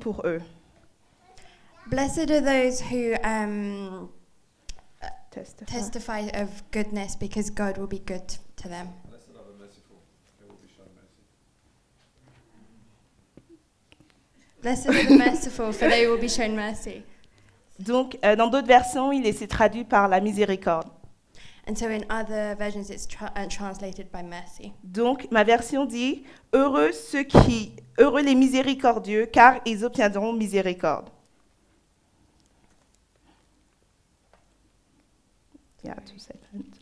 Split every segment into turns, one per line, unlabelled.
pour eux.
Blessed are those who um,
Test.
testify of goodness because God will be good t- to them.
Blessed are the merciful, they will be shown mercy.
Blessed are the merciful, for they will be shown mercy.
Donc, euh, dans d'autres versions, il est c'est traduit par la miséricorde.
And so in other versions, it's tra- uh, translated by mercy.
Donc, ma version dit Heureux ceux qui, heureux les miséricordieux, car ils obtiendront miséricorde. Yeah, two seconds.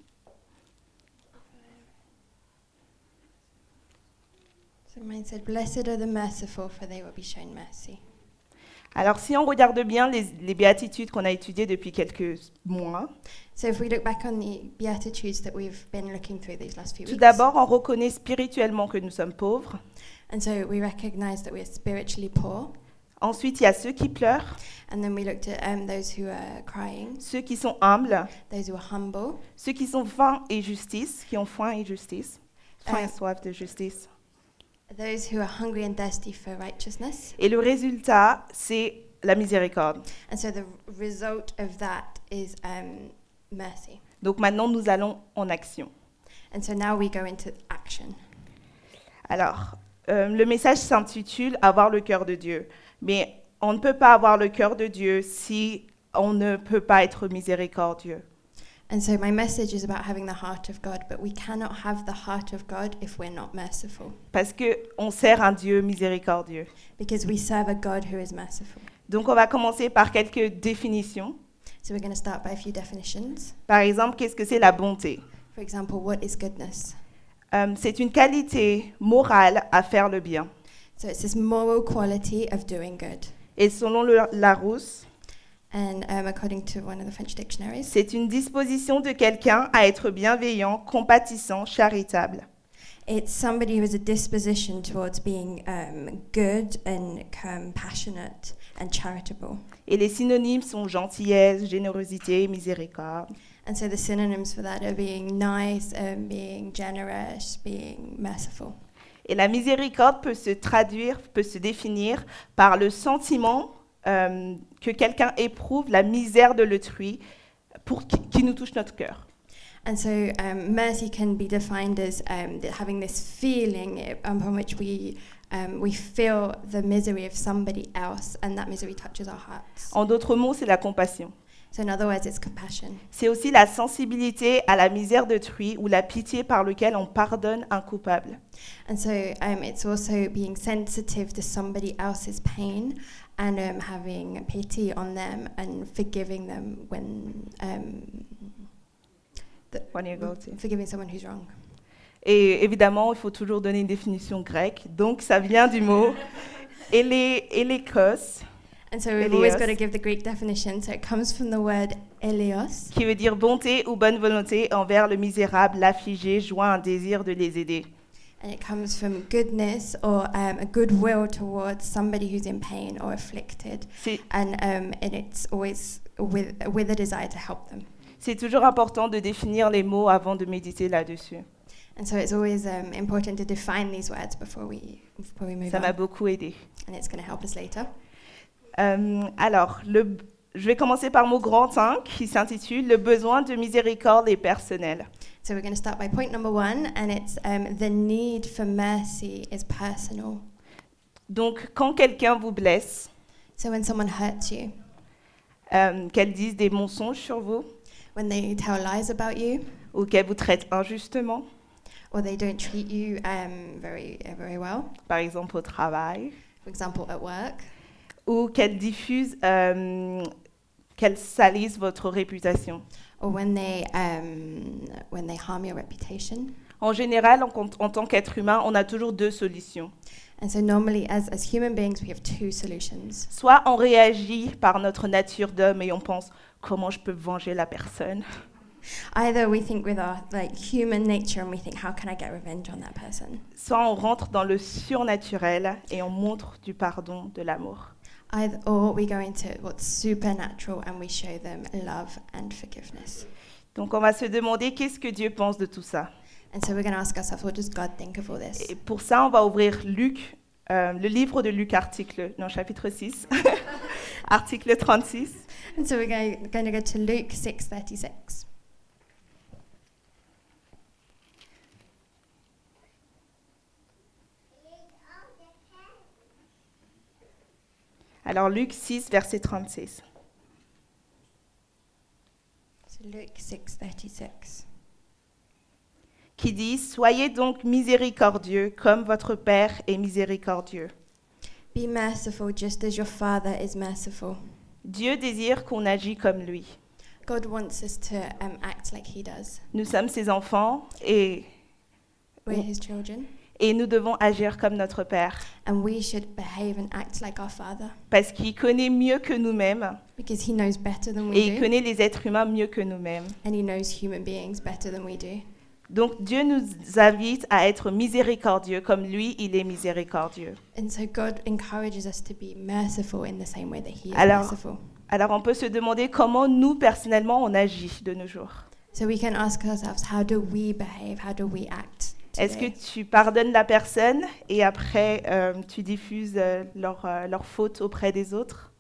So mine said, Blessed are the merciful, for they will be shown mercy.
Alors, si on regarde bien les, les béatitudes qu'on a étudiées depuis quelques mois,
So if we look back on the Beatitudes that we've been looking through these last few
tout
weeks,
d'abord, on reconnaît spirituellement que nous sommes pauvres.
and so we recognize that we're spiritually poor,
Ensuite, il y a ceux qui pleurent,
and then we looked at um, those who are crying,
ceux qui sont humbles,
those who are humble,
ceux qui sont vains et justice, qui ont faim et justice, faim et
Euh.
soif de justice.
those who are hungry and thirsty for righteousness.
Et le résultat, c'est la miséricorde.
And so the result of that is um, mercy.
Donc maintenant, nous allons en action.
And so now we go into action.
Alors, euh, le message s'intitule Avoir le cœur de Dieu. Mais on ne peut pas avoir le cœur de Dieu si on ne peut pas être miséricordieux.
And so my message is about having the heart of God, but we cannot have the heart of God if we're not merciful,
Parce qu'on sert un Dieu miséricordieux.
because we serve a God who is merciful.
Donc on va commencer par quelques définitions.
So we're going to start by a few definitions.
Par exemple, qu'est-ce que c'est la bonté
For example, what is goodness?
Euh, C'est une qualité morale à faire le bien.
So it's this moral quality of doing good.
Et selon le Larousse,
And um, according to one of the French dictionaries,
C'est une disposition de quelqu'un à être bienveillant, compatissant, charitable.
it's somebody who has a disposition towards being um, good and compassionate and charitable.
Et les synonymes sont gentillesse, générosité, miséricorde.
And so the synonyms for that are being nice, um, being generous, being merciful.
Et la miséricorde peut se traduire, peut se définir par le sentiment euh, que quelqu'un éprouve la misère de l'autrui pour qui, qui nous touche notre cœur.
And so um, mercy can be defined as um, th- having this feeling upon which we, um, we feel the misery of somebody else and that misery touches our hearts.
En d'autres mots, c'est la compassion.
So in other words, it's compassion.
C'est aussi la sensibilité à la misère d'autrui ou la pitié par laquelle on pardonne un coupable.
And so um, it's also being sensitive to somebody else's pain and um, having pity on them and forgiving them when um,
One year ago, too.
forgiving someone who's wrong.
Et évidemment, il faut toujours donner une définition grecque. Donc, ça vient du mot élé- élékos,
And so we've always
Elios.
got to give the Greek definition. So it comes from the word elios,
qui veut dire bonté ou bonne volonté envers le misérable, l'affligé, joint un désir de les aider.
and it comes from goodness or um, a goodwill towards somebody who's in pain or afflicted,
C'est-
and um, and it's always with with a desire to help them.
C'est toujours important de définir les mots avant de méditer là-dessus.
And so it's always um, important to define these words before we before we move
Ça m'a
on,
beaucoup aidé. Euh,
and it's going to help us later.
alors, le- je vais commencer par mon grand 1 qui s'intitule Le besoin de miséricorde est personnel.
So we're going to start by point number one, and it's um, the need for mercy is personal.
Donc, quand quelqu'un vous blesse,
So when someone hurts you,
euh, qu'elle dise des mensonges sur vous
when they tell lies about you,
ou qu'elle vous traite injustement,
or they don't treat you um, very uh, very well.
par exemple au travail,
For example, at work,
ou qu'elle diffuse, euh, qu'elle salisse votre réputation.
or when they um, when they harm your reputation.
En général, en, cont- en tant qu'être humain, on a toujours deux solutions.
And so normally, as as human beings, we have two solutions.
Soit on réagit par notre nature d'homme et on pense comment je peux venger la personne,
Either we think with our like human nature, and we think, how can I get revenge on that person?
soit on rentre dans le surnaturel et on montre du pardon, de l'amour.
Either, or we go into what's supernatural and we show them love and forgiveness.
Donc on va se demander qu'est-ce que Dieu pense de tout ça.
And so we're going to ask ourselves, what does God think of all this?
Et pour ça, on va ouvrir Luc euh, le livre de Luc, article, non, chapitre 6, article 36.
And so we're going, going to go to Luke 6:36.
Alors Luc 6, verset 36.
So Luke 6:36.
qui dit Soyez donc miséricordieux comme votre Père est miséricordieux.
Be merciful just as your Father is merciful.
Dieu désire qu'on agisse comme lui.
God wants us to um, act like He does.
Nous sommes ses enfants et,
We're
Mm.
His children,
et nous devons agir comme notre Père
and we should behave and act like our Father
parce qu'il connaît mieux que nous-mêmes
because He knows better than
et
we
il
do,
connaît les êtres humains mieux que nous-mêmes.
and He knows human beings better than we do.
Donc Dieu nous invite à être miséricordieux comme lui, il est miséricordieux.
And so God encourages us to be merciful in the same way that He is
Alors-
merciful.
Alors on peut se demander comment nous, personnellement, on agit de nos jours.
So we can ask ourselves, how do we behave? How do we act?
Est-ce que
today?
tu pardonnes la personne et après euh, tu diffuses euh, leur, euh, leur faute auprès des autres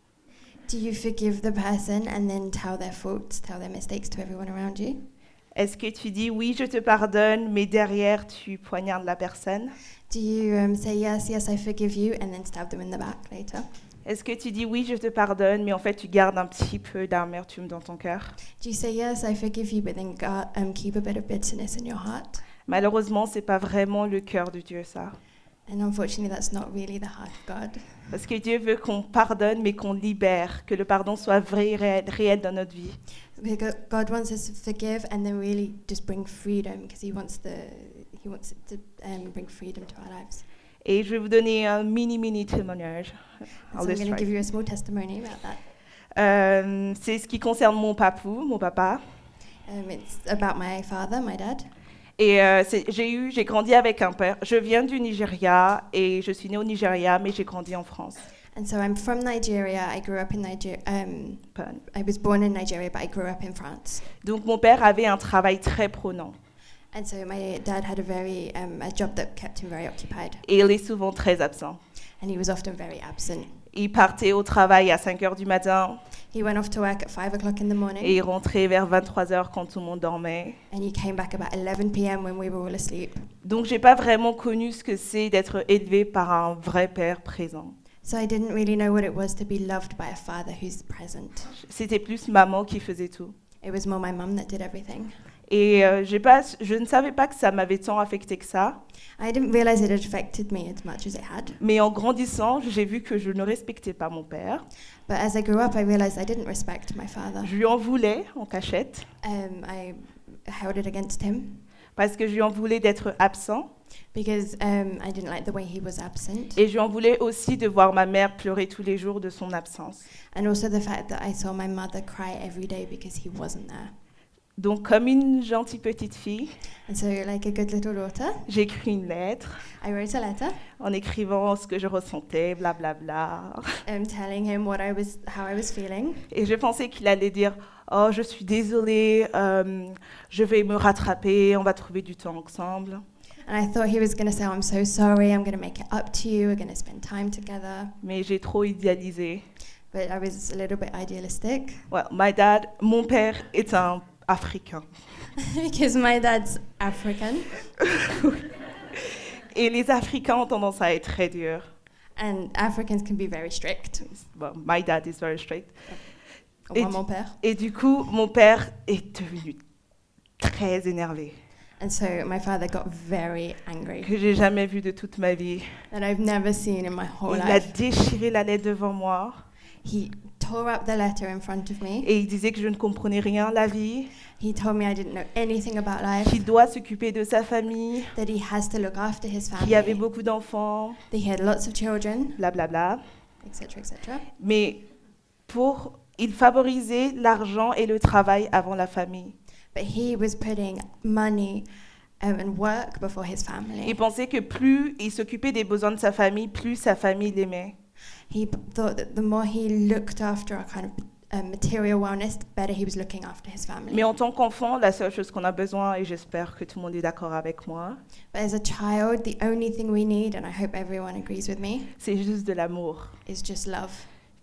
Do you forgive the person and then tell their faults, tell their mistakes to everyone around you?
Est-ce que tu dis oui, je te pardonne, mais derrière tu poignardes la personne
Do you um, say, yes, yes, I forgive you, and then stab them in the back later?
Est-ce que tu dis oui, je te pardonne, mais en fait tu gardes un petit peu d'amertume dans ton cœur
Do you say, yes, I forgive you, but then go- um, keep a bit of bitterness in your heart?
Malheureusement, c'est pas vraiment le cœur de Dieu ça.
And unfortunately, that's not really the heart of God.
Parce que Dieu veut qu'on pardonne, mais qu'on libère, que le pardon soit vrai et réel, réel dans notre vie.
Because God wants us to forgive and then really just bring freedom because He wants the He wants it to um, bring freedom to our lives.
Et je vais vous donner un mini, mini témoignage.
And
I'll
so I'm going to
describe.
give you a small testimony about that.
Euh, c'est ce qui concerne mon papou, mon papa.
Um, it's about my father, my dad.
Et euh, c'est- j'ai eu, j'ai grandi avec un père. Je viens du Nigeria et je suis née au Nigeria, mais j'ai grandi en France.
And so I'm from Nigeria. I grew up in Nigeria. Um,
Pas-
I was born in Nigeria, but I grew up in France.
Donc mon père avait un travail très prenant
And so my dad had a very um, a job that kept him very occupied,
et il est souvent très absent.
and he was often very absent.
Il partait au travail à 5 heures du matin
He went off to work at five o'clock in the morning,
et il rentrait vers 23 heures quand tout le monde dormait.
and he came back about 11 p.m. when we were all asleep.
Donc j'ai pas vraiment connu ce que c'est d'être élevé par un vrai père présent.
So I didn't really know what it was to be loved by a father who's present.
C'était plus maman qui faisait tout.
It was more my mum that did everything.
Et euh, j'ai pas, je ne savais pas que ça m'avait tant affecté que ça.
I didn't realize it had affected me as much as it had.
Mais en grandissant, j'ai vu que je ne respectais pas mon père.
But as I grew up, I realized I didn't respect my father.
Je lui en voulais en cachette
Um, I held it against him
parce que je lui en voulais d'être absent
because um, I didn't like the way he was absent,
et je lui en voulais aussi de voir ma mère pleurer tous les jours de son absence.
and also the fact that I saw my mother cry every day because he wasn't there.
Donc comme une gentille petite fille,
And so, like a good little daughter,
j'ai écrit une lettre
I wrote a letter
en écrivant ce que je ressentais, blablabla.
um, telling him what I was, how I was feeling,
Et je pensais qu'il allait dire "Oh, je suis désolée, euh, je vais me rattraper, on va trouver du temps ensemble."
and I thought he was going to say, "Oh, "I'm so sorry. I'm going to make it up to you. We're going to spend time together."
Mais j'ai trop idéalisé.
But I was a little bit idealistic
Ouais, my dad, mon père est un Africain.
because my dad's African,
Et les Africains ont tendance à être très durs.
and Africans can be very strict.
Bon, my dad is very strict.
Au
Et
moins
tu-
mon père.
Et du coup, mon père est devenu très énervé,
And so my father got very angry
que j'ai jamais vu de toute ma vie.
that I've never seen in my whole
il a
life.
déchiré la lettre devant moi
He tore up the letter in front of me.
et il disait que je ne comprenais rien à la vie,
He told me I didn't know anything about life,
qu'il doit s'occuper de sa famille,
that he has to look after his
qu'il y avait
family,
beaucoup d'enfants,
that he had lots of children,
blablabla.
etc., etc.
Mais pour il favorisait l'argent et le travail avant la famille.
But he was putting money um, and work before his
Il
family.
pensait que plus il s'occupait des besoins de sa famille, plus sa famille l'aimait.
He p- thought that the more he looked after our kind of um, material wellness, the better he was looking after his family.
Mais en tant qu'enfant, la seule chose qu'on a besoin, et j'espère que tout le monde est d'accord avec moi,
But as a child, the only thing we need, and I hope everyone agrees with me,
c'est juste de l'amour.
is just love.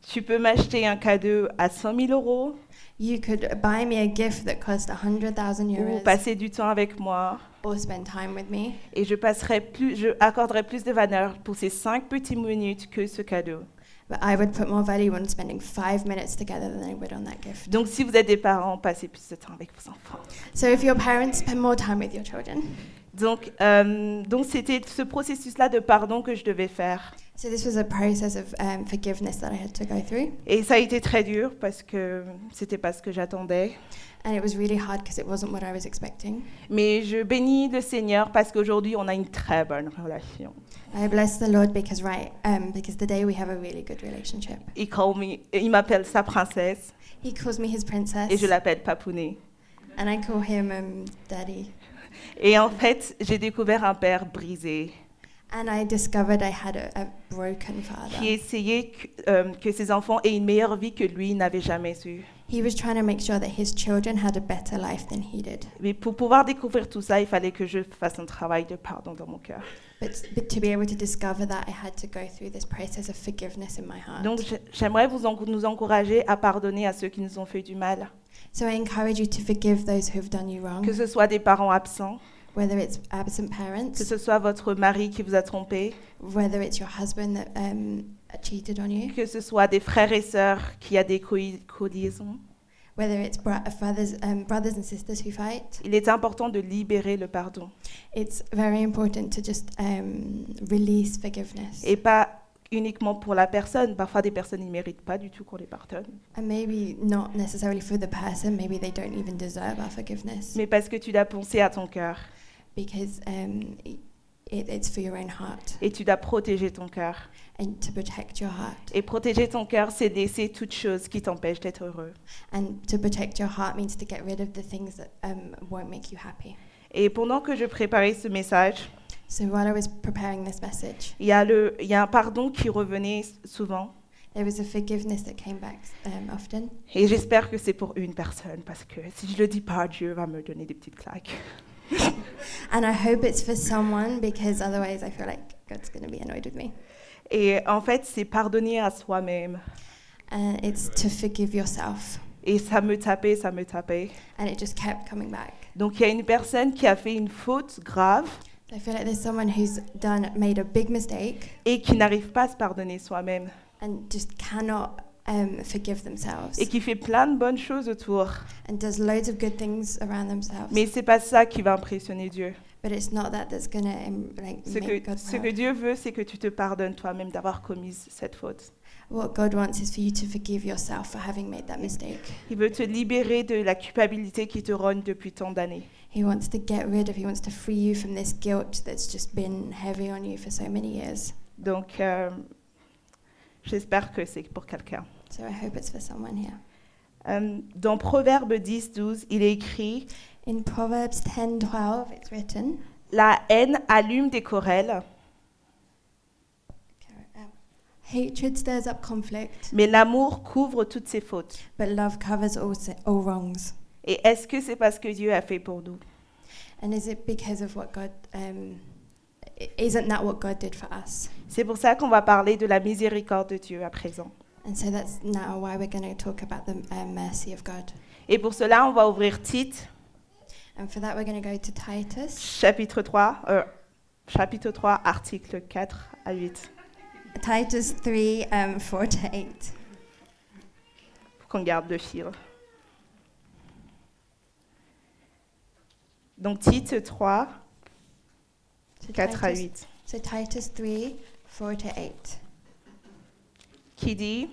Tu peux m'acheter un cadeau à 100 000 euros
You could buy me a gift that cost 100,000
ou
euros
passer du temps avec moi
or spend time with me,
et je, passerai plus, je accorderai plus de valeur pour ces cinq petites minutes que ce cadeau.
but I would put more value on spending five minutes together than I would on that gift.
Donc si vous êtes des parents, passez plus de temps avec vos enfants.
So if your parents spend more time with your children.
Donc euh, donc c'était ce processus-là de pardon que je devais faire.
So this was a process of um, forgiveness that I had to go through,
Et ça a été très dur parce que c'était pas ce que j'attendais.
and it was really hard because it wasn't what I was expecting.
Mais je bénis le Seigneur parce qu'aujourd'hui on a une très bonne relation.
I bless the Lord because right um, because today we have a really good relationship.
Il call me- il m'appelle sa princesse
He calls me his princess,
et je l'appelle Papounet.
and I call him um, daddy.
Et en fait, j'ai découvert un père brisé
And I discovered I had a, a broken
qui
father.
essayait que, euh, que ses enfants aient une meilleure vie que lui n'avait jamais eue.
He was trying to make sure that his children had a better life than he did.
Mais pour pouvoir découvrir tout ça, il fallait que je fasse un travail de pardon dans mon cœur.
But, but to be able to discover that, I had to go through this process of forgiveness in my heart.
Donc j'ai- j'aimerais vous en- nous encourager à pardonner à ceux qui nous ont fait du mal,
so I encourage you to forgive those who've done you wrong,
que ce soit des parents absents,
whether it's absent
que
parents,
ce soit votre mari qui vous a trompé,
whether it's your husband that um, cheated on you,
que ce soit des frères et sœurs qui a des colli- collisions.
whether it's bro- fathers, um, brothers and sisters who fight.
Il est important de libérer le pardon
It's very important to just um, release forgiveness.
et pas uniquement pour la personne. Parfois, des personnes ne méritent pas du tout qu'on les pardonne.
And maybe not necessarily for the person, maybe they don't even deserve our forgiveness
mais parce que tu dois penser à ton cœur
because um, it, it's for your own heart
et tu dois protéger ton cœur.
and to protect your heart.
Et protéger ton cœur, c'est laisser toute chose qui t'empêche d'être heureux.
And to protect your heart means to get rid of the things that um, won't make you happy.
Et pendant que je préparais ce message,
So while I was preparing this message,
il y, a le- il y a un pardon qui revenait s- souvent.
there was a forgiveness that came back um, often.
Et j'espère que c'est pour une personne, parce que si je le dis pas, Dieu va me donner des petites claques.
And I hope it's for someone because otherwise I feel like God's going to be annoyed with me.
Et en fait, c'est pardonner à soi-même.
And Uh, it's to forgive yourself.
Et ça me tapait, ça me tapait.
And it just kept coming back.
Donc il y a une personne qui a fait une faute grave
I feel like there's someone who's done made a big mistake
et qui n'arrive pas à se pardonner soi-même.
and just cannot um, forgive themselves
Et qui fait plein de bonnes choses autour.
and does loads of good things around themselves.
Mais c'est pas ça qui va impressionner Dieu.
but it's not that that's gonna um, like
Ce
make
que,
God
ce
proud.
que Dieu veut, c'est que tu te pardonnes toi-même d'avoir commis cette faute.
What God wants is for you to forgive yourself for having made that mistake.
Il veut te libérer de la culpabilité qui te rogne depuis tant d'années.
He wants to get rid of. He wants to free you from this guilt that's just been heavy on you for so many years.
Donc, euh, j'espère que c'est pour quelqu'un.
So I hope it's for someone here.
Euh, dans Proverbe 10, 12, il est écrit
In Proverbs 10:12, it's written.
La haine allume des querelles,
Hatred stirs up conflict,
mais l'amour couvre toutes ses fautes.
but love covers all, si- all wrongs.
Et est-ce que c'est parce que Dieu a fait pour nous
And is it because of what God, um, i- isn't that what God did for us?
C'est pour ça qu'on va parler de la miséricorde de Dieu à présent.
And so that's now why we're going to talk about the um, mercy of God.
Et pour cela, on va ouvrir Tite,
And for that, we're going to go to Titus,
Chapitre 3, euh, chapitre 3, article 4 à 8,
Titus 3 um, 4 to 8.
pour qu'on garde le fil. Donc Tite 3,
So
4 à
Titus,
8,
So Titus 3 4 to 8.
qui dit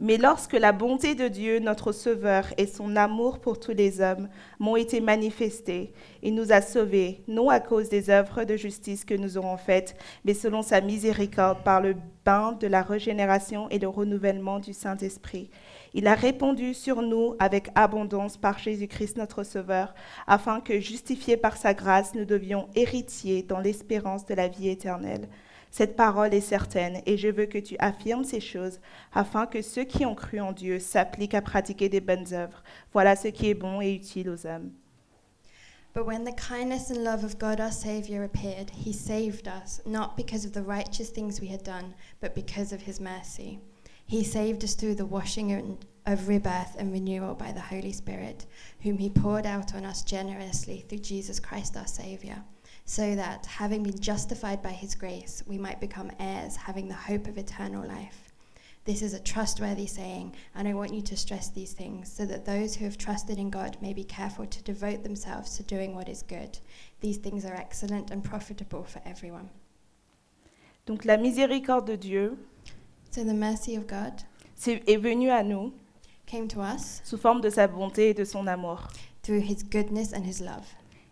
Mais lorsque la bonté de Dieu, notre Sauveur, et son amour pour tous les hommes m'ont été manifestés, il nous a sauvés, non à cause des œuvres de justice que nous aurons faites, mais selon sa miséricorde par le bain de la régénération et le renouvellement du Saint-Esprit. Il a répondu sur nous avec abondance par Jésus-Christ notre Sauveur, afin que, justifiés par sa grâce, nous devions héritiers dans l'espérance de la vie éternelle. Cette parole est certaine et je veux que tu affirmes ces choses afin que ceux qui ont cru en Dieu s'appliquent à pratiquer des bonnes œuvres. Voilà ce qui est bon et utile aux hommes.
But when the kindness and love of God our Saviour appeared, he saved us, not because of the righteous things we had done, but because of his mercy. He saved us through the washing and- of rebirth and renewal by the Holy Spirit, whom he poured out on us generously through Jesus Christ our Saviour, so that, having been justified by his grace, we might become heirs, having the hope of eternal life. This is a trustworthy saying, and I want you to stress these things so that those who have trusted in God may be careful to devote themselves to doing what is good. These things are excellent and profitable for everyone.
Donc la miséricorde de Dieu
So the mercy of God
s'est- est venue à nous
came to us
sous forme de sa bonté et de son amour.
through his goodness and his love,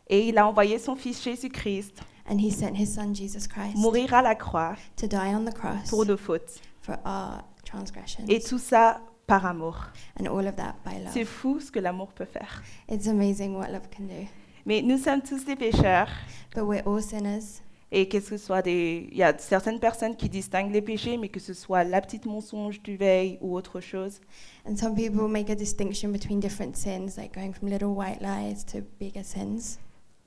Et il a envoyé son fils Jésus-Christ
and he sent his son Jesus Christ
mourir à la croix
to die on the cross
pour nos fautes.
for our transgressions
Et tout ça par amour.
and all of that by
C'est
love.
fou ce que l'amour peut faire.
It's amazing what love can do.
Mais nous sommes tous des pécheurs.
But we're all sinners.
Et qu'est-ce que ce soit des... Il y a certaines personnes qui distinguent les péchés, mais que ce soit la petite mensonge du veille ou autre chose.
And some people make a distinction between different sins, like going from little white lies to bigger sins.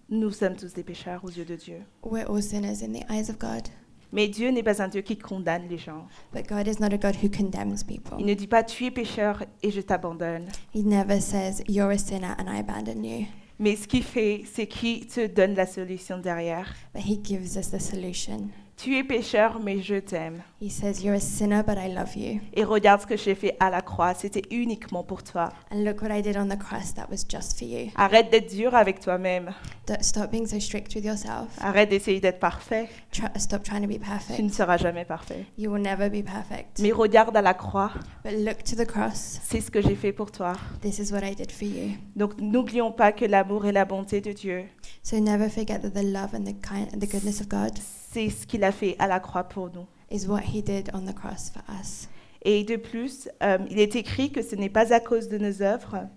Nous sommes tous des pécheurs aux yeux de Dieu.
We're all sinners in the eyes of God.
Mais Dieu n'est pas un Dieu qui condamne les gens.
But God is not a God who condemns
Il
people.
ne dit pas tu es pécheur et je t'abandonne.
He never says, You're a sinner and I abandon you.
Mais ce qu'il fait, c'est qu'il te donne la solution derrière.
But He gives us the solution.
Tu es pécheur, mais je t'aime.
He says, You're a sinner, but I love you.
Et regarde ce que j'ai fait à la croix. C'était uniquement pour toi.
And look what I did on the cross, that was just for you.
Arrête d'être dur avec toi-même.
Don't- Stop being so strict with yourself.
Arrête d'essayer d'être parfait.
Try, stop trying to be
Tu ne
perfect.
seras jamais parfait.
You will never be perfect.
Mais regarde à la croix.
But look to the cross.
C'est ce que j'ai fait pour toi.
This is what I did for you.
Donc n'oublions pas que l'amour et la bonté de Dieu,
So never forget that the love and the kind the goodness of God
c'est ce qu'il a fait à la croix pour nous.
is what he did on the cross for us.
Et de plus, euh, il est écrit que ce n'est pas à cause de nos œuvres,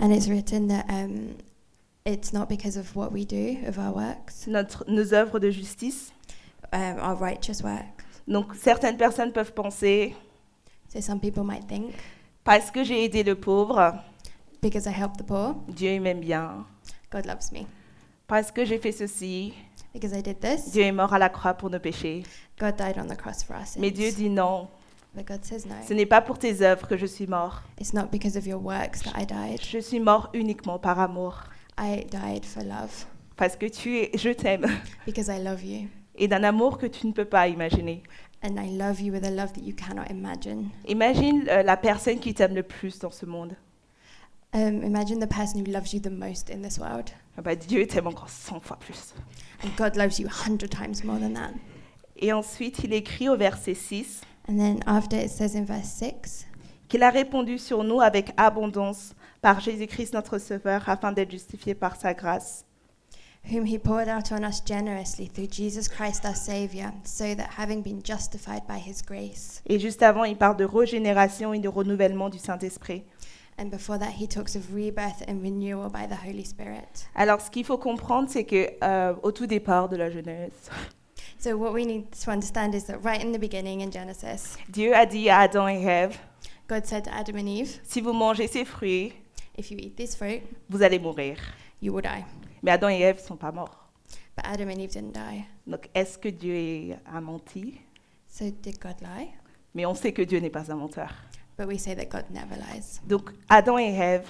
And it's written that um, it's not because of what we do, of our works,
notre, nos œuvres de justice.
um, our righteous work.
Donc certaines personnes peuvent penser,
So some people might think,
parce que j'ai aidé le pauvre,
because I helped the poor,
Dieu il m'aime bien.
God loves me.
Parce que j'ai fait ceci,
Because I did this,
Dieu est mort à la croix pour nos péchés.
God died on the cross for us.
Mais Dieu dit non,
But God says no.
ce n'est pas pour tes œuvres que je suis mort.
It's not because of your works that I died.
Je suis mort uniquement par amour.
I died for love,
Parce que tu es, je t'aime.
because I love you.
Et d'un amour que tu ne peux pas imaginer.
And I love you with a love that you cannot imagine.
Imagine euh, la personne qui t'aime le plus dans ce monde.
Um, imagine the person who loves you the most in this world.
Ah bah, Dieu t'aime encore 100 fois plus.
And God loves you a hundred times more than that.
Et ensuite, il écrit au verset 6
And then after it says in verse 6,
qu'il a répondu sur nous avec abondance par Jésus-Christ notre Sauveur afin d'être justifié par sa grâce.
whom he poured out on us generously through Jesus Christ our Saviour, so that having been justified by his grace,
Et juste avant, il parle de régénération et de renouvellement du Saint-Esprit.
and before that he talks of rebirth and renewal by the Holy Spirit.
Alors, ce qu'il faut comprendre, c'est que euh, au tout départ de la Genèse,
So, what we need to understand is that right in the beginning in Genesis,
Dieu a dit à Adam et Ève
God said to Adam and Eve,
si vous mangez ces fruits,
If you eat this fruit,
vous allez mourir.
you will die.
Mais Adam et Ève ne sont pas morts.
But Adam and Eve didn't die.
Donc, est-ce que Dieu a menti
So, did God lie?
Mais on sait que Dieu n'est pas un menteur.
But we say that God never lies.
Donc, Adam et Ève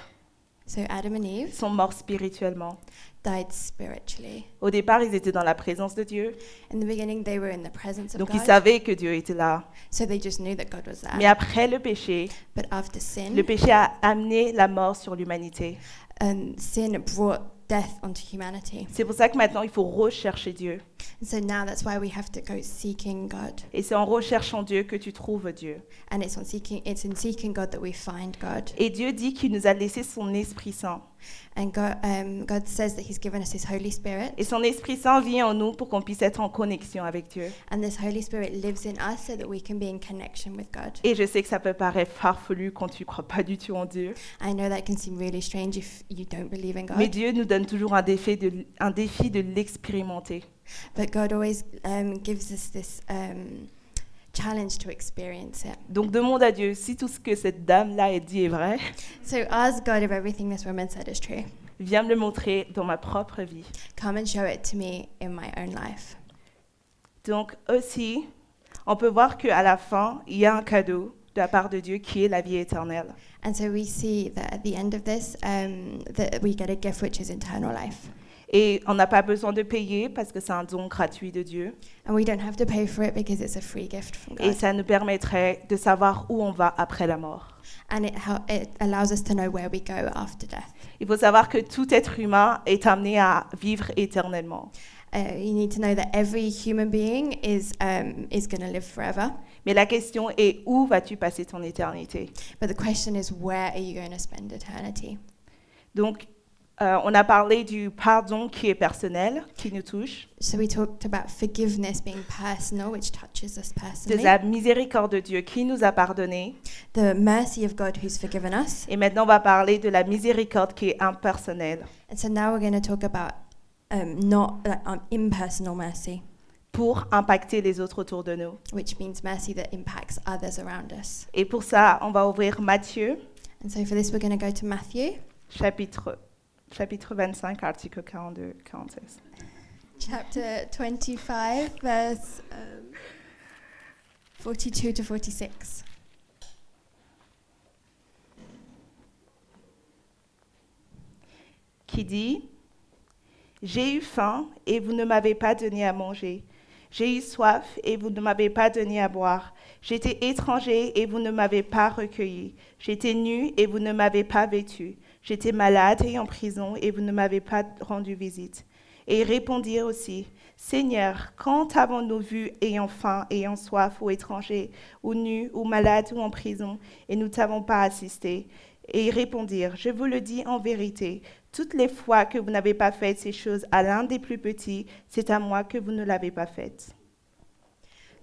So, Adam and Eve
sont morts spirituellement.
died spiritually.
Au départ, ils étaient dans la présence de Dieu.
In the beginning, they were in the Ah. presence of
Donc, ils
God.
savaient que Dieu était là.
So they just knew that God was there.
Mais après le péché,
But after sin,
le péché a amené la mort sur l'humanité.
um, sin brought death onto humanity.
C'est pour ça que maintenant, il faut rechercher Dieu.
And so now that's why we have to go seeking God.
Et c'est en recherchant Dieu que tu trouves Dieu.
And it's on seeking it's in seeking God that we find God.
Et Dieu dit qu'il nous a laissé son Esprit Saint.
And God, um, God says that He's given us His Holy
Et
Spirit.
son Esprit Saint vient en nous pour qu'on puisse être en connexion avec Dieu.
And this Holy Spirit lives in us so that we can be in connection with God.
Et je sais que ça peut paraître farfelu quand tu crois pas du tout en Dieu.
I know that can seem really strange if you don't believe in
Mais
God.
Dieu nous donne donne toujours un défi de, un défi de l'expérimenter.
But God always um, gives us this um, challenge to experience it.
Donc demande à Dieu si tout ce que cette dame-là a dit est vrai,
So ask God if everything this woman said is true.
viens me le montrer dans ma propre vie.
Come and show it to me in my own life.
Donc aussi, on peut voir qu'à la fin, il y a un cadeau de la part de Dieu qui est la vie éternelle.
And so we see that at the end of this, um, that we get a gift which is eternal life.
Et on n'a pas besoin de payer parce que c'est un don gratuit de Dieu.
And we don't have to pay for it because it's a free gift from
Et
God.
ça nous permettrait de savoir où on va après la mort.
And it, hel- it allows us to know where we go after death.
Il faut savoir que tout être humain est amené à vivre éternellement.
Uh, you need to know that every human being is, um, is going to live forever.
Mais la question est où vas-tu passer ton éternité
But the question is, where are you going to spend eternity?
Donc, euh, on a parlé du pardon qui est personnel, qui nous touche,
So we talked about forgiveness being personal, which touches us
de
personally.
la miséricorde de Dieu qui nous a pardonné.
The mercy of God who's forgiven us.
Et maintenant, on va parler de la miséricorde qui est impersonnelle.
And so now we're going to talk about um, not like, um, impersonal mercy,
pour impacter les autres autour de nous.
which means mercy that impacts others around us.
Et pour ça, on va ouvrir Matthieu,
And so for this, we're going to go to Matthew
chapitre, chapitre 25, article 42, 46.
chapter 25, verse um, 42 to 46.
qui dit J'ai eu faim et vous ne m'avez pas donné à manger. J'ai eu soif et vous ne m'avez pas donné à boire. J'étais étranger et vous ne m'avez pas recueilli. J'étais nu et vous ne m'avez pas vêtu. J'étais malade et en prison et vous ne m'avez pas rendu visite. Et ils répondirent aussi Seigneur, quand avons-nous vu ayant faim, ayant soif, ou étranger, ou nu, ou malade, ou en prison, et nous ne t'avons pas assisté Et ils répondirent Je vous le dis en vérité, toutes les fois que vous n'avez pas fait ces choses à l'un des plus petits, c'est à moi que vous ne l'avez pas faite.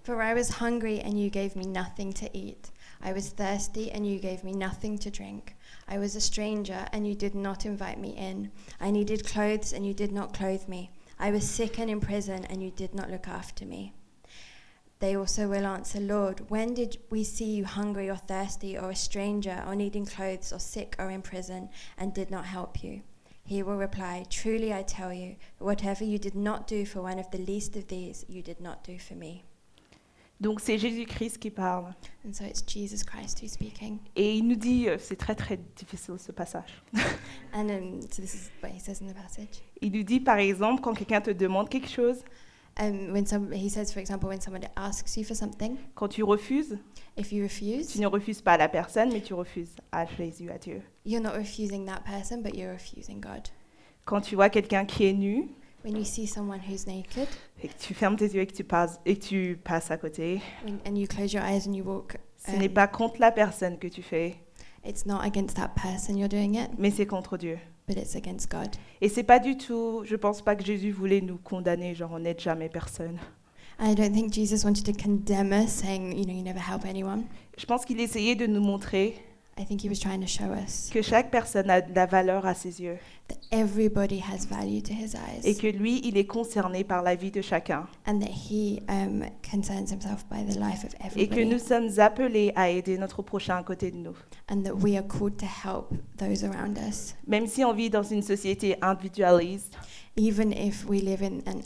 For I was hungry, and you gave me nothing to eat. I was thirsty, and you gave me nothing to drink. I was a stranger, and you did not invite me in. I needed clothes, and you did not clothe me. I was sick and in prison, and you did not look after me. They also will answer, Lord, when did we see you hungry or thirsty, or a stranger, or needing clothes, or sick or in prison, and did not help you? He will reply, Truly I tell you, whatever you did not do for one of the least of these, you did not do for me.
Donc c'est Jésus-Christ qui parle.
And so it's Jesus Christ who's speaking.
Et il nous dit, euh, c'est très très difficile ce passage.
And um, so this is what he says in the passage.
Il nous dit par exemple quand quelqu'un te demande quelque chose,
Um, when some, he says, for example, when someone asks you for something,
quand tu refuses,
if you refuse,
tu ne refuses pas à la personne, mais tu refuses à Jésus, à Dieu.
you're not refusing that person, but you're refusing God.
Quand tu vois quelqu'un qui est nu
When you see someone who's naked
et que tu fermes tes yeux et que tu passes, et que tu passes à côté,
when, and you close your eyes and you walk,
ce
um,
n'est pas contre la personne que tu fais,
it's not against that person you're doing it,
mais c'est contre Dieu.
but it's against God.
Et c'est pas du tout, je pense pas que Jésus voulait nous condamner, genre on n'aide jamais personne.
I don't think Jesus wanted to condemn us, saying, you know, you never help anyone.
Je pense qu'il essayait de nous montrer
I think he was trying to show us
que chaque personne a de la valeur à ses yeux
that everybody has value to his eyes.
et que lui, il est concerné par la vie de chacun
and that he um, concerns himself by the life of
et que
everybody,
nous sommes appelés à aider notre prochain à côté de nous.
and that we are called to help those around us,
Même si on vit dans une société individualiste,
even if we live in an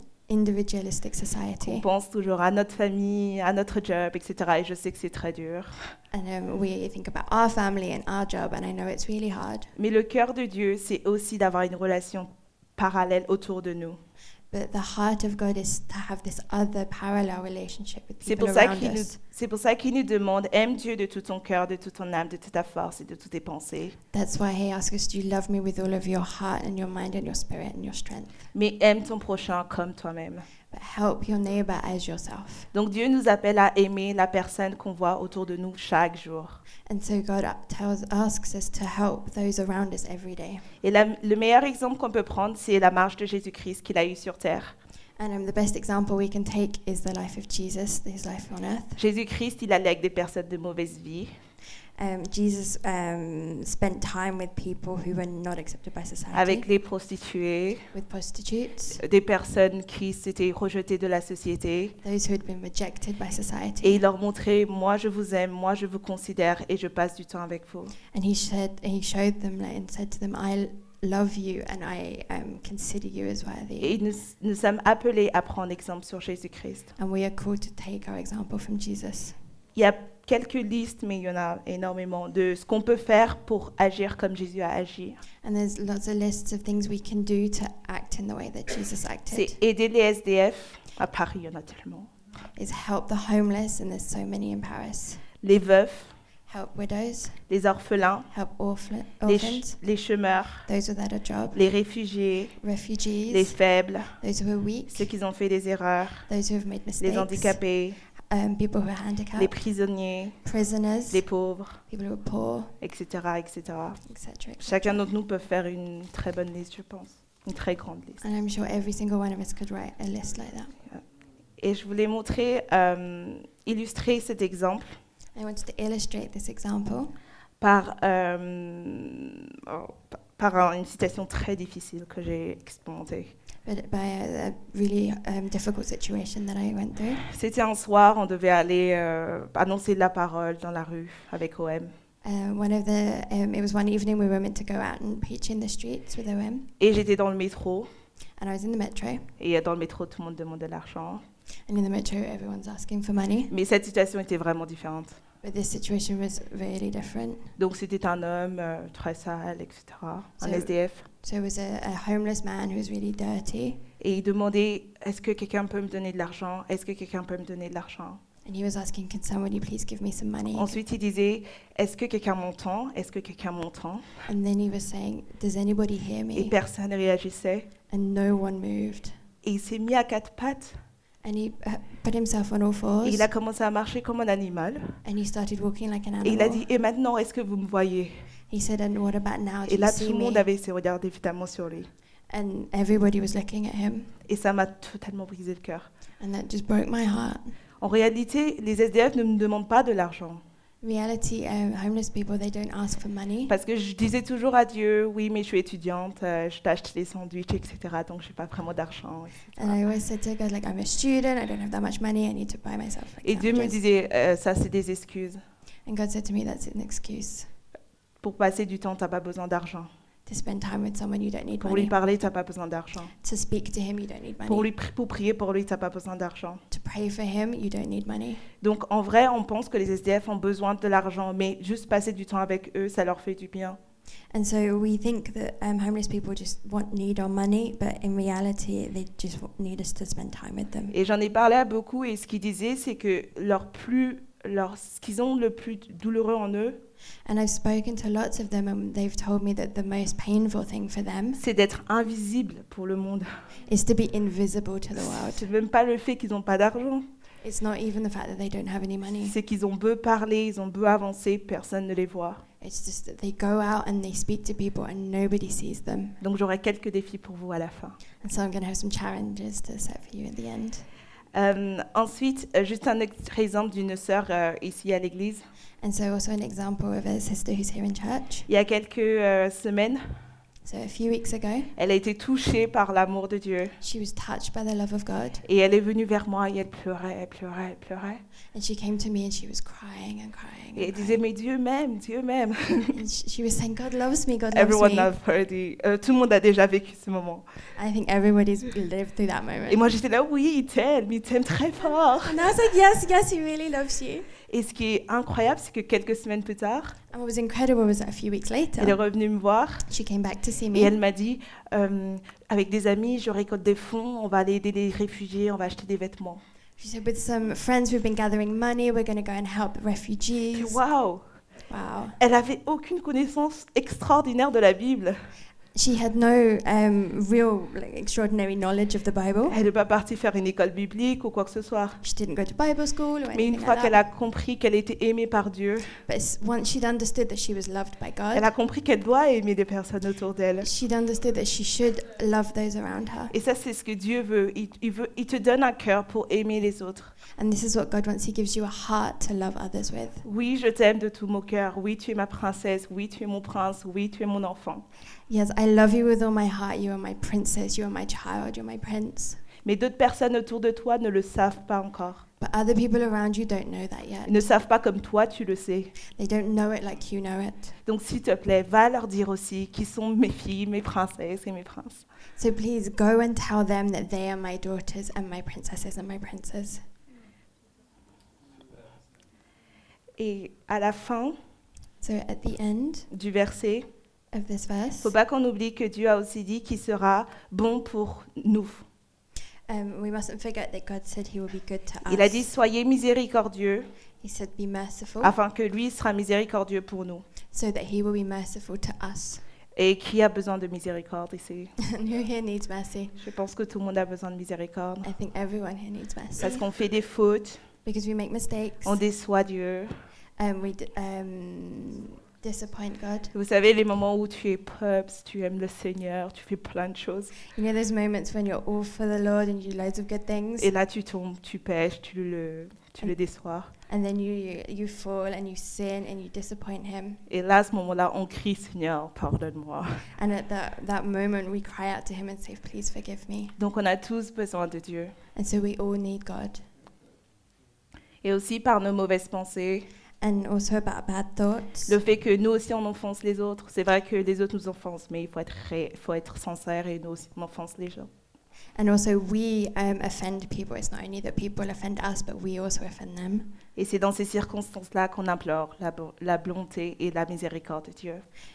individualistic
on
society
pense toujours à notre famille, à notre job, etc. Et je sais que c'est très dur.
and um, we think about our family and our job, and I know it's really hard,
Mais le cœur de Dieu, c'est aussi d'avoir une relation parallèle autour de nous.
but the heart of God is to have this other parallel relationship with
C'est
people
pour ça
around
qu'il nous,
us.
c'est pour ça qu'il nous demande aime Dieu de tout ton cœur, de toute ton âme, de toute ta force et de toutes tes pensées.
That's why he asks us, Do you love me with all of your heart and your mind and your spirit and your strength?
Mais aime ton prochain comme toi-même.
But help your neighbor as yourself.
Donc Dieu nous appelle à aimer la personne qu'on voit autour de nous chaque jour.
And so God up- tells, asks us to help those around us every day.
Et la- le meilleur exemple qu'on peut prendre, c'est la marche de Jésus-Christ qu'il a eue sur terre.
And um, the best example we can take is the life of Jesus, his life on earth.
Jésus-Christ, il allait avec des personnes de mauvaise vie.
um, Jesus um, spent time with people who were not accepted by society,
avec les prostituées,
with prostitutes,
des personnes qui s'étaient rejetées de la société.
those who had been rejected by society.
Et il leur montrait, moi je vous aime, moi je vous considère et je passe du temps avec vous.
And he said, he showed them like, and said to them, "I l- love you, and I um, consider you as
Et
worthy."
nous, nous sommes appelés à prendre exemple sur Jésus-Christ.
And we are called to take our example from Jesus.
Il y a quelques listes, mais il y en a énormément, de ce qu'on peut faire pour agir comme Jésus a agi.
And there's lots of lists of things we can do to act in the way that Jesus
C'est
acted.
aider les SDF, à Paris il y en a tellement,
Is help the homeless, and there's so many in Paris.
les veufs,
Help widows,
les orphelins,
help orphla-
les, ch-
orphans,
les chômeurs,
those without a job,
les réfugiés, les
refugees,
faibles,
those who are weak,
ceux qui ont fait des erreurs,
those who have made
les
mistakes,
handicapés,
um, people who are
les
handicapped,
prisonniers,
prisoners,
les pauvres,
people who are poor,
etc., etc.
etc.
Chacun d'entre nous peut faire une très bonne liste, je pense, une très grande liste.
And I'm sure every single one of us could write a list like that.
Et je voulais montrer, euh, illustrer cet exemple
I wanted to illustrate this example
par, euh, oh, pa- par un- une citation très difficile que j'ai expérimentée.
but by a, a really um, difficult situation that I went through.
C'était un soir, on devait aller euh, annoncer la parole dans la rue avec OM.
Uh, one of the, um, it was one evening we were meant to go out and preach in the streets with OM,
Et j'étais dans le métro,
and I was in the metro.
et dans le métro, tout le monde demande de l'argent.
And in the metro, everyone's asking for money,
Mais cette situation était vraiment différente.
but this situation was really different.
Donc c'était un homme euh, très sale, etc., un
So-
SDF.
So it was a, a homeless man who was really dirty,
Et il demandait, est-ce que quelqu'un peut me donner de l'argent Est-ce que quelqu'un peut me donner de l'argent
and he was asking, "Can somebody please give me some money?"
Ensuite, il disait Est-ce que quelqu'un m'entend Est-ce que quelqu'un m'entend
And then he was saying, "Does anybody hear
Et
me?"
personne ne réagissait.
And no one moved.
Et il s'est mis à quatre pattes.
And he uh, put himself on all
Et
fours.
il a commencé à marcher comme un animal.
And he started walking like an
Et il a
animal.
dit Et maintenant, est-ce que vous me voyez
he said, and what about now? Do
Et
you
là,
see
tout le
me?
monde avait ses regards évidemment sur lui.
And everybody was looking at him.
Et ça m'a totalement brisé le cœur.
And that just broke my heart.
En réalité, les SDF ne me demandent pas de l'argent.
Reality, um, homeless people, they don't ask for money.
Parce que je disais toujours à Dieu Oui, mais je suis étudiante, euh, je t'achète les sandwichs, etc. Donc, je n'ai pas vraiment d'argent. etc.
and I always said to God, like, I'm a student, I don't have that much money, I need to buy myself. Like,
Et Dieu me
sandwiches."
disait Euh, Ça, c'est des excuses.
and God said to me, that's an excuse
Pour passer du temps, tu n'as pas besoin d'argent.
to spend time with someone you don't need
Pour lui
money.
parler, tu n'as pas besoin d'argent.
To speak to him, you don't need money.
Pour, lui, pri- pour prier pour lui, tu n'as pas besoin d'argent.
to pray for him, you don't need money.
Donc en vrai, on pense que les SDF ont besoin de l'argent, mais juste passer du temps avec eux, ça leur fait du bien.
And so we think that um, homeless people just want need our money, but in reality, they just w- need us to spend time with them.
Et j'en ai parlé à beaucoup, et ce qu'ils disaient, c'est que leur plus, leur, ce qu'ils ont le plus douloureux en eux,
And I've spoken to lots of them, and they've told me that the most painful thing for them
c'est d'être invisible pour le monde.
is to be invisible to the world.
C'est même pas le fait qu'ils n'ont pas d'argent,
It's not even the fact that they don't have any money.
c'est qu'ils ont beau parler, ils ont beau avancer, personne ne les voit.
It's just that they go out and they speak to people, and nobody sees them.
Donc j'aurai quelques défis pour vous à la fin.
And so I'm going to have some challenges to set for you at the end.
Euh, ensuite, euh, juste un autre exemple d'une sœur euh, ici à l'église.
And so also an example of a sister who's here in church.
Il y a quelques euh, semaines,
So a few weeks ago,
elle a été touchée par l'amour de Dieu.
she was touched by the love of God,
Et elle est venue vers moi et elle pleurait, elle pleurait, elle pleurait.
and she came to me and she was crying and crying.
Et elle
And
disait,
crying.
mais Dieu m'aime, Dieu m'aime.
And sh- she was saying, God loves me, God loves
Everyone
me.
have already- euh, tout le monde a déjà vécu ce moment.
I think everybody's lived through that
Et
moment.
moi, j'étais là, oui, il t'aime, il t'aime très fort.
And I was like, yes, yes, he really loves you.
Et ce qui est incroyable, c'est que quelques semaines plus tard,
And what was incredible was that a few weeks
elle est
later,
revenue me voir
she came back to see
et
me.
elle m'a dit, Euh, avec des amis, je récolte des fonds, on va aller aider les réfugiés, on va acheter des vêtements.
She said, with some friends, we've been gathering money. We're going to go and help
Et
refugees.
Waouh
Wow.
Elle avait aucune connaissance extraordinaire de la Bible.
She had no um, real like, extraordinary knowledge of the Bible.
Elle n'est pas partie faire une école biblique ou quoi que ce soit.
She didn't go to Bible school or
Mais une
anything
fois
like
qu'elle
that.
a compris qu'elle était aimée par Dieu,
But s- once she'd understood that she was loved by
elle
God,
a compris qu'elle doit aimer des personnes autour d'elle.
she'd understood that she should love those around her.
Et ça, c'est ce que Dieu veut. Il, il veut. il te donne un cœur pour aimer les autres.
And this is what God wants. He gives you a heart to love others with.
Oui, je t'aime de tout mon cœur. Oui, tu es ma princesse. Oui, tu es mon prince. Oui, tu es mon enfant.
Yes, I love you with all my heart. You are my princess. You are my child. You're my prince.
Mais d'autres personnes autour de toi ne le savent pas encore.
But other people around you don't know that yet.
Ils ne savent pas comme toi, tu le sais.
They don't know it like you know it.
Donc, s'il te plaît, va leur dire aussi qui sont mes filles, mes princesses et mes princes.
So please go and tell them that they are my daughters and my princesses and my princes.
Et à la fin
So at the end
du verset,
of this verse,
faut pas qu'on oublie que Dieu a aussi dit qu'il sera bon pour nous.
um, we mustn't forget that God said He will be good to
Il a dit
us.
soyez miséricordieux
He said, Be merciful,
afin que lui sera miséricordieux pour nous.
so that He will be merciful to us.
Et qui a besoin de miséricorde ici
and who here needs mercy?
Je pense que tout le monde a besoin de miséricorde.
I think everyone here needs mercy.
Parce qu'on fait des fautes,
Because we make mistakes
on déçoit Dieu.
and we d- um, disappoint God.
Vous savez, les moments où tu es pups, tu aimes le Seigneur, tu fais plein de choses.
You know those moments when you're all for the Lord and you do loads of good things,
Et là, tu tombes, tu pêches, tu le, tu le déçois.
and then you, you you fall and you sin and you disappoint Him.
Et là, à ce moment-là, on crie Seigneur, pardonne-moi.
And at that that moment, we cry out to Him and say, "Please forgive me."
Donc, on a tous besoin de Dieu.
And so we all need God.
Et aussi par nos mauvaises pensées,
And also about bad thoughts.
le fait que nous aussi on enfonce les autres. C'est vrai que les autres nous enfoncent, mais il faut être, ré- faut être sincère et nous aussi on enfonce les gens.
And also we um, offend people. It's not only that people offend us, but we also offend them.
Et c'est dans ces circonstances-là qu'on implore la, bo- la bonté et la miséricorde de Dieu.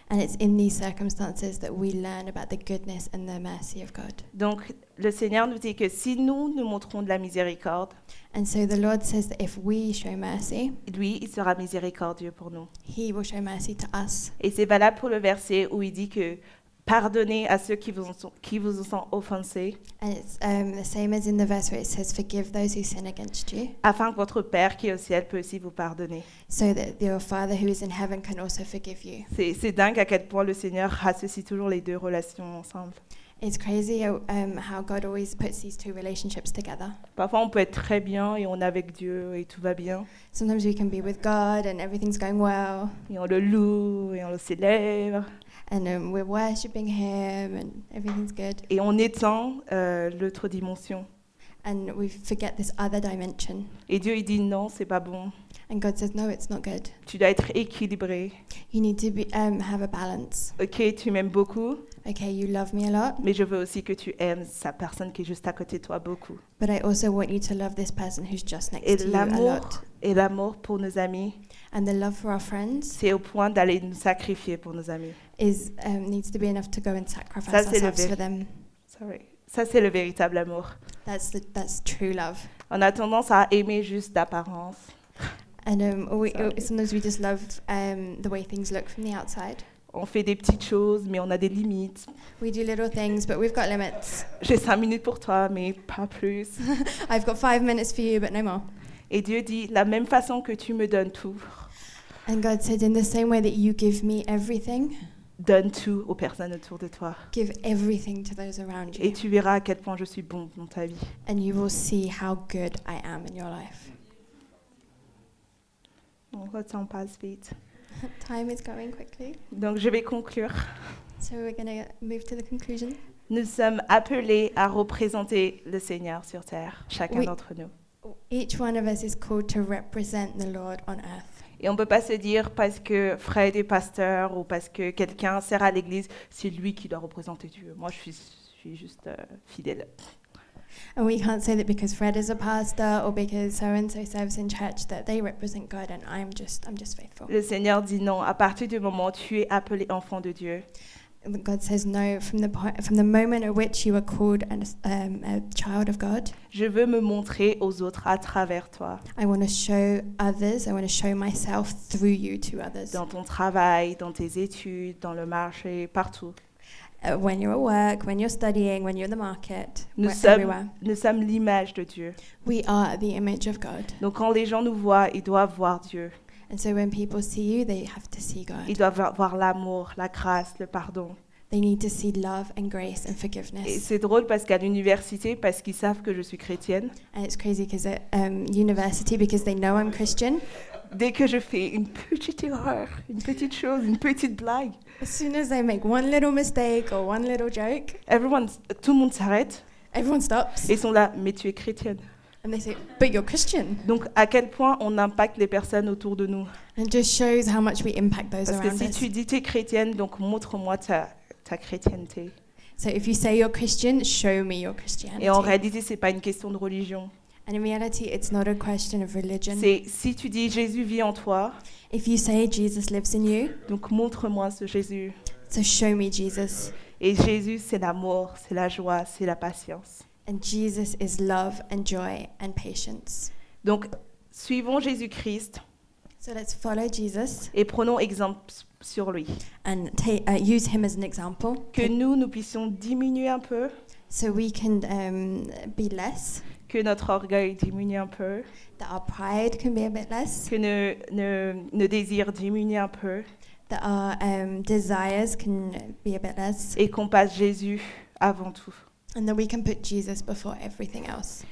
And it's in these circumstances that we learn about the goodness and the mercy of God.
Donc le Seigneur nous dit que si nous nous montrons de la miséricorde,
And so the Lord says that if we show mercy,
lui, il sera miséricordieux pour nous.
He will show mercy to us.
Et c'est valable pour le verset où il dit que pardonnez à ceux qui vous en sont, qui vous en sont offensés,
And it's um, the same as in the verse where it says, Forgive those who sin against you,
afin que votre Père qui est au ciel peut aussi vous pardonner.
so that your Father who is in heaven can also forgive you.
C'est c'est dingue à quel point le Seigneur associe toujours les deux relations ensemble.
It's crazy uh, um, how God always puts these two relationships together.
Parfois, on peut être très bien et on est avec Dieu et tout va bien.
Sometimes we can be with God and everything's going well,
Et on le loue et on le célèbre.
and um, we're worshipping Him and everything's good,
Et on étend euh, l'autre dimension.
and we forget this other dimension.
Et Dieu, il dit non, c'est pas bon.
And God says, No, it's not good.
Tu dois être équilibré.
You need to be, um, have a balance.
Ok, tu m'aimes beaucoup,
Okay, you love me a lot,
mais je veux aussi que tu aimes sa personne qui est juste à côté de toi beaucoup.
but I also want you to love this person who's just next
Et
to you a
l'amour,
lot.
et l'amour pour nos amis,
And the love for our friends
c'est au point d'aller nous sacrifier pour nos amis.
is um, needs to be enough to go and sacrifice
Ça, c'est le ver-
ourselves for them.
Sorry. Ça, c'est le véritable amour.
That's the, that's true love.
On a tendance à aimer juste d'apparence.
And um, we,
Sorry.
sometimes we just love um, the way things look from the outside.
On fait des petites choses, mais on a des limites.
We do little things, but we've got limits.
J'ai cinq minutes pour toi, mais pas plus.
I've got five minutes for you, but no more.
Et Dieu dit, la même façon que tu me donnes tout,
And God said, in the same way that you give me everything,
donne tout aux personnes autour de toi.
give everything to those around
Et
you,
tu verras à quel point je suis bon dans ta vie.
and you will see how good I am in your life.
Donc, ça, on passe vite.
Time is going quickly,
Donc, je vais conclure.
so we're going to move to the conclusion.
Nous sommes appelés à représenter le Seigneur sur terre, chacun
Oui.
d'entre nous.
Each one of us is called to represent the Lord on earth.
Et on ne peut pas se dire parce que Fred est pasteur ou parce que quelqu'un sert à l'église, c'est lui qui doit représenter Dieu. Moi, je suis, je suis juste euh, fidèle.
And we can't say that because Fred is a pastor or because so and so serves in church that they represent God and I'm just I'm just faithful.
Le Seigneur dit non, à partir du moment où tu es appelé enfant de Dieu,
And God says no from the po- from the moment at which you are called and um, a child of God.
je veux me montrer aux autres à travers toi,
I want to show others, I want to show myself through you to others.
dans ton travail, dans tes études, dans le marché, partout.
uh, when you're at work, when you're studying, when you're in the market,
Nous
where-
sommes,
everywhere.
nous sommes l'image de Dieu.
We are the image of God.
Donc quand les gens nous voient, ils doivent voir Dieu.
And so when people see you, they have to see God.
Ils doivent voir l'amour, la grâce, le pardon.
They need to see love and grace and
Et
forgiveness.
c'est drôle parce qu'à l'université, parce qu'ils savent que je suis chrétienne,
And it's crazy because at um, university, because they know I'm Christian,
dès que je fais une petite erreur, une petite chose, une petite blague,
as soon as they make one little mistake or one little joke,
everyone, tout le monde s'arrête
everyone stops
et sont là, mais tu es chrétienne.
and they say, But you're Christian.
Donc à quel point on impacte les personnes autour de nous.
And it just shows how much we impact those
Parce que
around
si
us.
tu dis tu es chrétienne, donc montre-moi ta, ta chrétienté.
So if you say you're Christian, show me your Christianity.
Et en réalité, c'est pas une question de religion.
and in reality, it's not a question of religion.
C'est si tu dis Jésus vit en toi,
If you say Jesus lives in you,
donc montre-moi ce Jésus.
so show me Jesus.
Et Jésus, c'est l'amour, c'est la joie, c'est la patience.
And Jesus is love and joy and patience.
Donc, suivons Jésus-Christ
So let's follow Jesus
et prenons exemple s- sur lui.
and ta- uh, use him as an example
Que nous, nous puissions diminuer un peu,
so we can um, be less,
que notre orgueil diminue un peu,
that our pride can be a bit less,
que nos nos- nos désirs diminuent un peu
that our um, desires can be a bit less,
et qu'on passe Jésus avant tout.
and that we can put Jesus before everything else.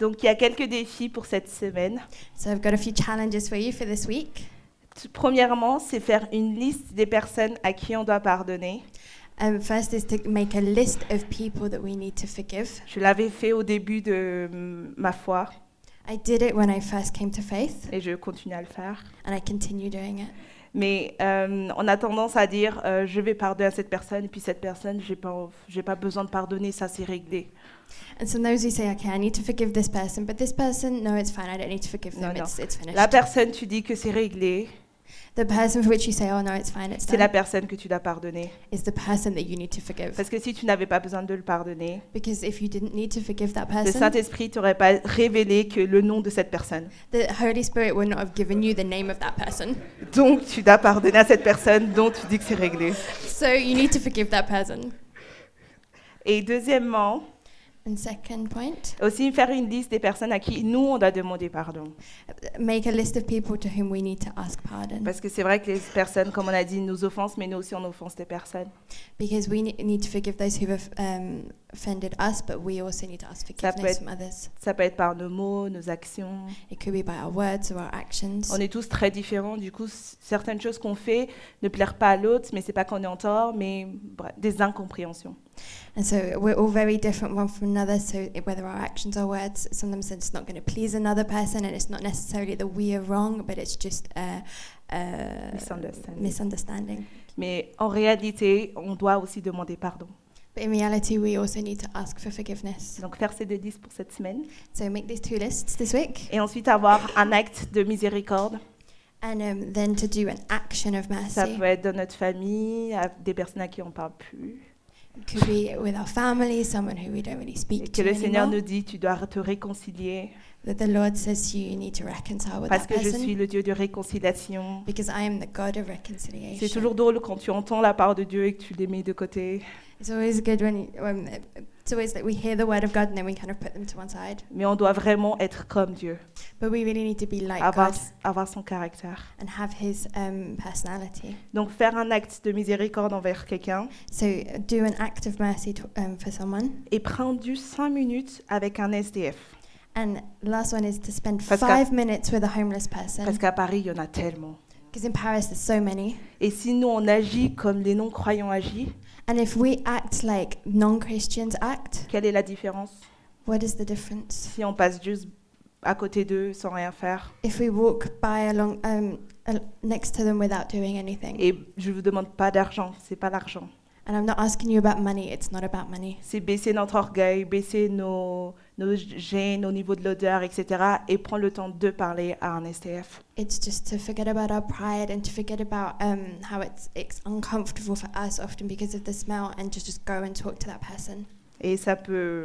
Donc, il y a quelques défis pour cette semaine.
So I've got a few challenges for you for this week.
Tout- Premièrement, c'est faire une liste des personnes à qui on doit pardonner.
Um, first is to make a list of people that we need to forgive.
Je l'avais fait au début de mm, ma foi
I did it when I first came to faith,
et je continue à le faire.
and I continue doing it.
Mais euh, on a tendance à dire euh, je vais pardonner à cette personne et puis cette personne j'ai pas env- j'ai pas besoin de pardonner ça c'est réglé.
And sometimes we say, okay, I need to forgive this person, but this person, no, it's fine. I don't need to forgive
No,
them.
no.
It's, it's finished.
La personne tu dis que c'est réglé,
the person for which you say, oh, no, it's fine. It's
c'est
done,
la personne que tu dois pardonner.
is the person that you need to forgive.
Parce que si tu n'avais pas besoin de le pardonner,
Because if you didn't need to forgive that
le
person,
Saint-Esprit t'aurait pas révélé que le nom de cette personne.
the Holy Spirit would not have given you the name of that person.
Donc tu dois pardonner à cette personne dont tu dis que c'est réglé.
So you need to forgive that person.
Et deuxièmement,
And second point,
aussi faire une liste des personnes à qui nous on doit demander pardon.
make a list of people to whom we need to ask pardon.
Parce que c'est vrai que les personnes, comme on a dit, nous offensent, mais nous aussi on offense des personnes.
Because we ne- need to forgive those who have um, offended us, but we also need to ask
peut
forgiveness
être-
from others.
Ça peut être par nos mots, nos actions.
It could be by our words or our actions.
On est tous très différents, du coup, c- certaines choses qu'on fait ne plairent pas à l'autre, mais c'est pas qu'on est en tort, mais bref, des incompréhensions.
And so we're all very different one from another. So i- whether our actions or words, sometimes it's not going to please another person, and it's not necessarily that we are wrong, but it's just a, a
Misunderstanding.
misunderstanding.
Mais en réalité, on doit aussi demander pardon.
But in reality, we also need to ask for forgiveness.
Donc faire ces deux listes pour cette semaine.
So make these two lists this week,
Et ensuite avoir un acte de miséricorde.
and um, then to do an action of
Ça
mercy.
peut être dans notre famille, à des personnes à qui on parle plus.
It could be with our family, someone who we don't really
Et
speak
que
to
le Seigneur nous
anymore.
dit, tu dois te réconcilier,
That the Lord says to you, you need to reconcile with
parce
that
que je suis
person,
le Dieu de réconciliation.
because I am the God of
C'est
reconciliation.
toujours drôle quand tu entends la part de Dieu et que tu les mets de côté.
It's always good when, when it's always that we hear the word of God and then we kind of put them to one side.
Mais on doit vraiment être comme Dieu,
But we really need to be like
avoir,
God
avoir son caractère.
and have His um, personality.
Donc faire un acte de miséricorde envers quelqu'un
So uh, do an act of mercy to, um, for someone.
et prendre du 5 minutes avec un SDF.
And last one is to spend
Parce qu'à-
five minutes with a homeless
Parce
person.
qu'à Paris, il y en a tellement.
Because in Paris, there's so many.
Et si nous, on agit comme les non-croyants agissent,
And if we act like non Christians act,
quelle est la différence
what is the difference?
si on passe juste à côté d'eux sans rien faire
If we walk by along um, al- next to them without doing anything.
Et je ne vous demande pas d'argent, c'est pas l'argent.
And I'm not asking you about money, it's not about money.
C'est baisser notre orgueil, baisser nos, nos gènes au niveau de l'odeur, etc. Et prendre le temps de parler à un SDF.
It's just to forget about our pride and to forget about um, how it's, it's uncomfortable for us often because of the smell and to just go and talk to that person.
Et ça peut.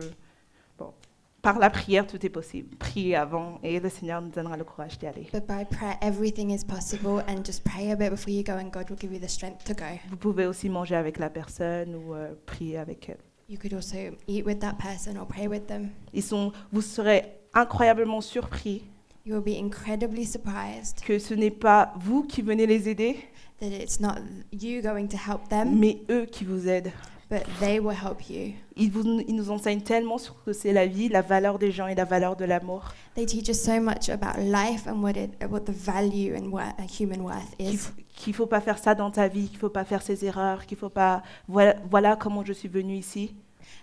Bon, Par la prière, tout est possible. Priez avant et le Seigneur nous donnera le courage d'y aller.
But by prayer, everything is possible, and just pray a bit before you go, and God will give you the strength to go.
Vous pouvez aussi manger avec la personne ou euh, prier avec elle.
You could also eat with that person or pray with them.
Ils sont, vous serez incroyablement surpris
You will be incredibly surprised
que ce n'est pas vous qui venez les aider,
that it's not you going to help them,
mais eux qui vous aident.
but they will help you.
Ils, vous- ils nous enseignent tellement sur ce que c'est la vie, la valeur des gens et la valeur de l'amour,
They teach us so much about life and what it, what the value and what a human worth
qu'il
is.
f- qu'il faut pas faire ça dans ta vie, qu'il faut pas faire ces erreurs, qu'il faut pas... Voilà, voilà comment je suis venue ici.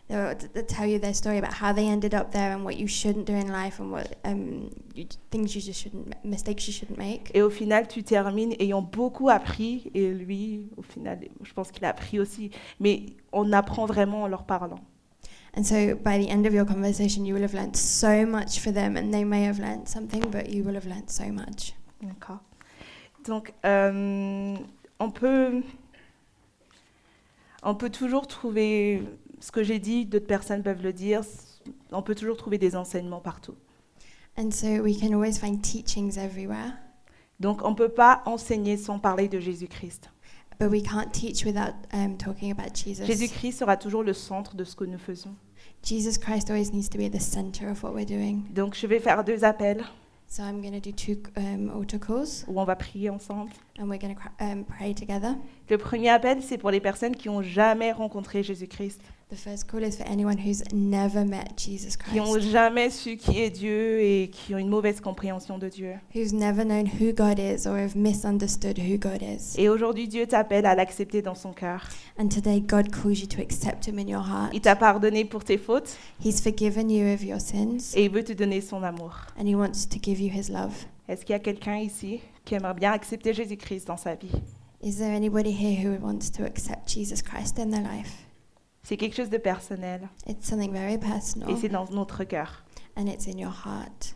They'll t- they'll tell you their story about how they ended up there and what you shouldn't do in life and what um, you, things you just shouldn't, ma- mistakes you shouldn't make.
Et au final, tu termines ayant beaucoup appris. Et lui, au final, je pense qu'il a appris aussi. Mais on apprend vraiment en leur parlant.
And so by the end of your conversation, you will have learnt so much for them, and they may have learnt something, but you will have learnt so much.
D'accord. Donc, euh, on, peut, on peut toujours trouver ce que j'ai dit, d'autres personnes peuvent le dire. On peut toujours trouver des enseignements partout.
And so we can always find teachings everywhere,
Donc, on ne peut pas enseigner sans parler de Jésus-Christ.
but we can't teach without um, talking about Jesus.
Jésus-Christ sera toujours le centre de ce que nous faisons.
Jesus Christ always needs to be at the center of what we're doing.
Donc, je vais faire deux appels
So I'm going to do two um, altar calls,
où on va prier ensemble.
and we're going to um, pray together.
Le premier appel, c'est pour les personnes qui n'ont jamais rencontré Jésus-Christ,
The first call is for anyone who's never met Jesus
qui n'ont
Christ,
jamais su qui est Dieu et qui ont une mauvaise compréhension de Dieu.
who's never known who God is or have misunderstood who God is.
Et aujourd'hui, Dieu t'appelle à l'accepter dans son cœur.
And today, God calls you to accept Him in your heart.
Il t'a pardonné pour tes fautes
He's forgiven you of your sins
et il veut te donner son amour.
and he wants to give you his love.
Est-ce qu'il y a quelqu'un ici qui aimerait bien accepter Jésus-Christ dans sa vie
Is there anybody here who wants to accept Jesus Christ in their life?
C'est quelque chose de personnel
It's something very
et
personal
c'est dans notre cœur.
and it's in your heart.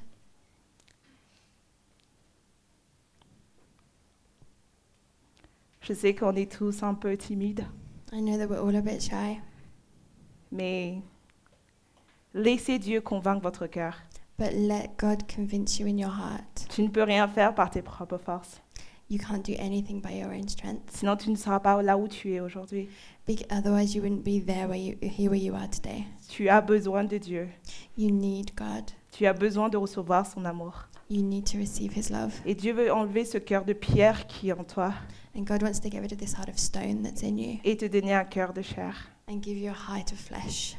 Je sais qu'on est tous un peu timides,
I know that we're all a bit shy,
mais laissez Dieu convaincre votre cœur.
but let God convince you in your heart.
Tu ne peux rien faire par tes propres forces,
You can't do anything by your own strength,
sinon tu ne seras pas là où tu es aujourd'hui.
bec- otherwise you wouldn't be there where you here where you are today.
Tu as besoin de Dieu.
You need God.
Tu as besoin de recevoir son amour.
You need to receive his love.
Et Dieu veut enlever ce cœur de pierre qui est en toi
And God wants to get rid of this heart of stone that's in you
et te donner un cœur de chair.
and give you a heart of flesh.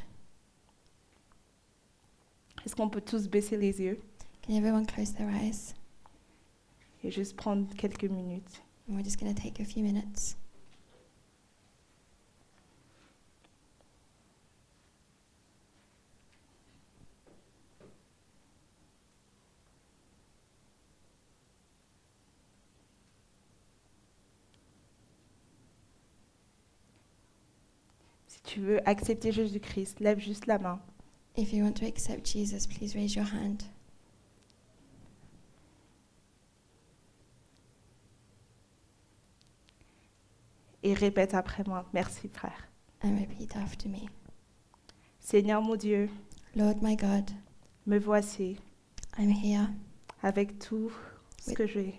Est-ce qu'on peut tous baisser les yeux
Can everyone close their eyes?
et juste prendre quelques minutes
And we're just going to take a few minutes.
Si tu veux accepter Jésus-Christ, lève juste la main.
If you want to accept Jesus, please raise your hand.
et répète après moi. Merci frère.
and repeat after me.
Seigneur mon Dieu,
Lord my God,
me voici
I'm here
avec tout ce
Oui.
que j'ai.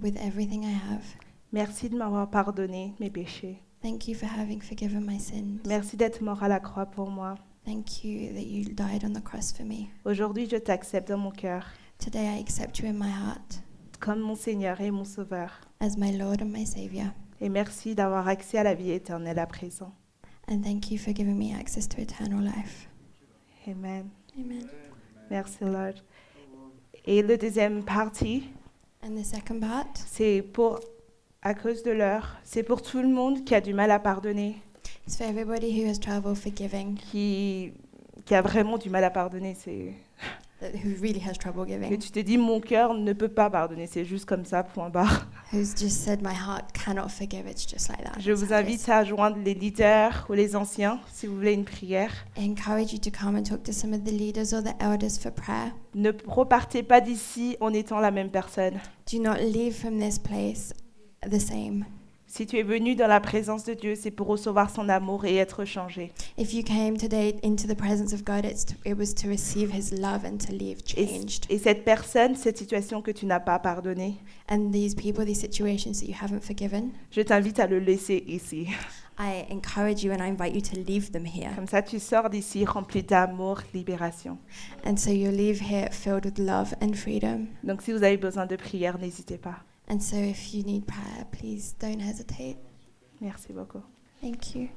with everything I have.
Merci de m'avoir pardonné mes péchés.
Thank you for having forgiven my sins.
Merci d'être mort à la croix pour moi.
Thank you that you died on the cross for me.
Aujourd'hui, je t'accepte dans mon cœur
Today I accept you in my heart
comme mon Seigneur et mon Sauveur.
as my Lord and my Savior.
Et merci d'avoir accès à la vie éternelle à présent.
And thank you for giving me access to eternal life.
Amen.
Amen.
Merci Lord. Et la deuxième partie,
And the second part
c'est pour, à cause de l'heure, c'est pour tout le monde qui a du mal à pardonner,
is for everybody who has trouble forgiving,
qui, qui a vraiment du mal à pardonner. C'est
that- who really has trouble
que
giving,
tu te dis, mon cœur ne peut pas pardonner, c'est juste comme ça, point barre.
who's just said, My heart cannot forgive. It's just like that.
Je
That's
vous
how it is.
invite à joindre les leaders ou les anciens si vous voulez une prière.
I encourage you to come and talk to some of the leaders or the elders for prayer.
Ne repartez pas d'ici en étant la même personne.
Do not leave from this place the same.
Si tu es venu dans la présence de Dieu, c'est pour recevoir son amour et être changé.
If you came today into the presence of God, it's to, it was to receive His love and to leave
Et,
changed.
et cette personne, cette situation que tu n'as pas pardonnée,
And these people, these situations that you haven't forgiven,
je t'invite à le laisser ici.
I encourage you and I invite you to leave them here.
Comme ça, tu sors d'ici rempli d'amour, libération.
And so you'll leave here filled with love and freedom.
Donc, si vous avez besoin de prière, n'hésitez pas.
And so if you need prayer, please don't hesitate.
Merci beaucoup.
Thank you.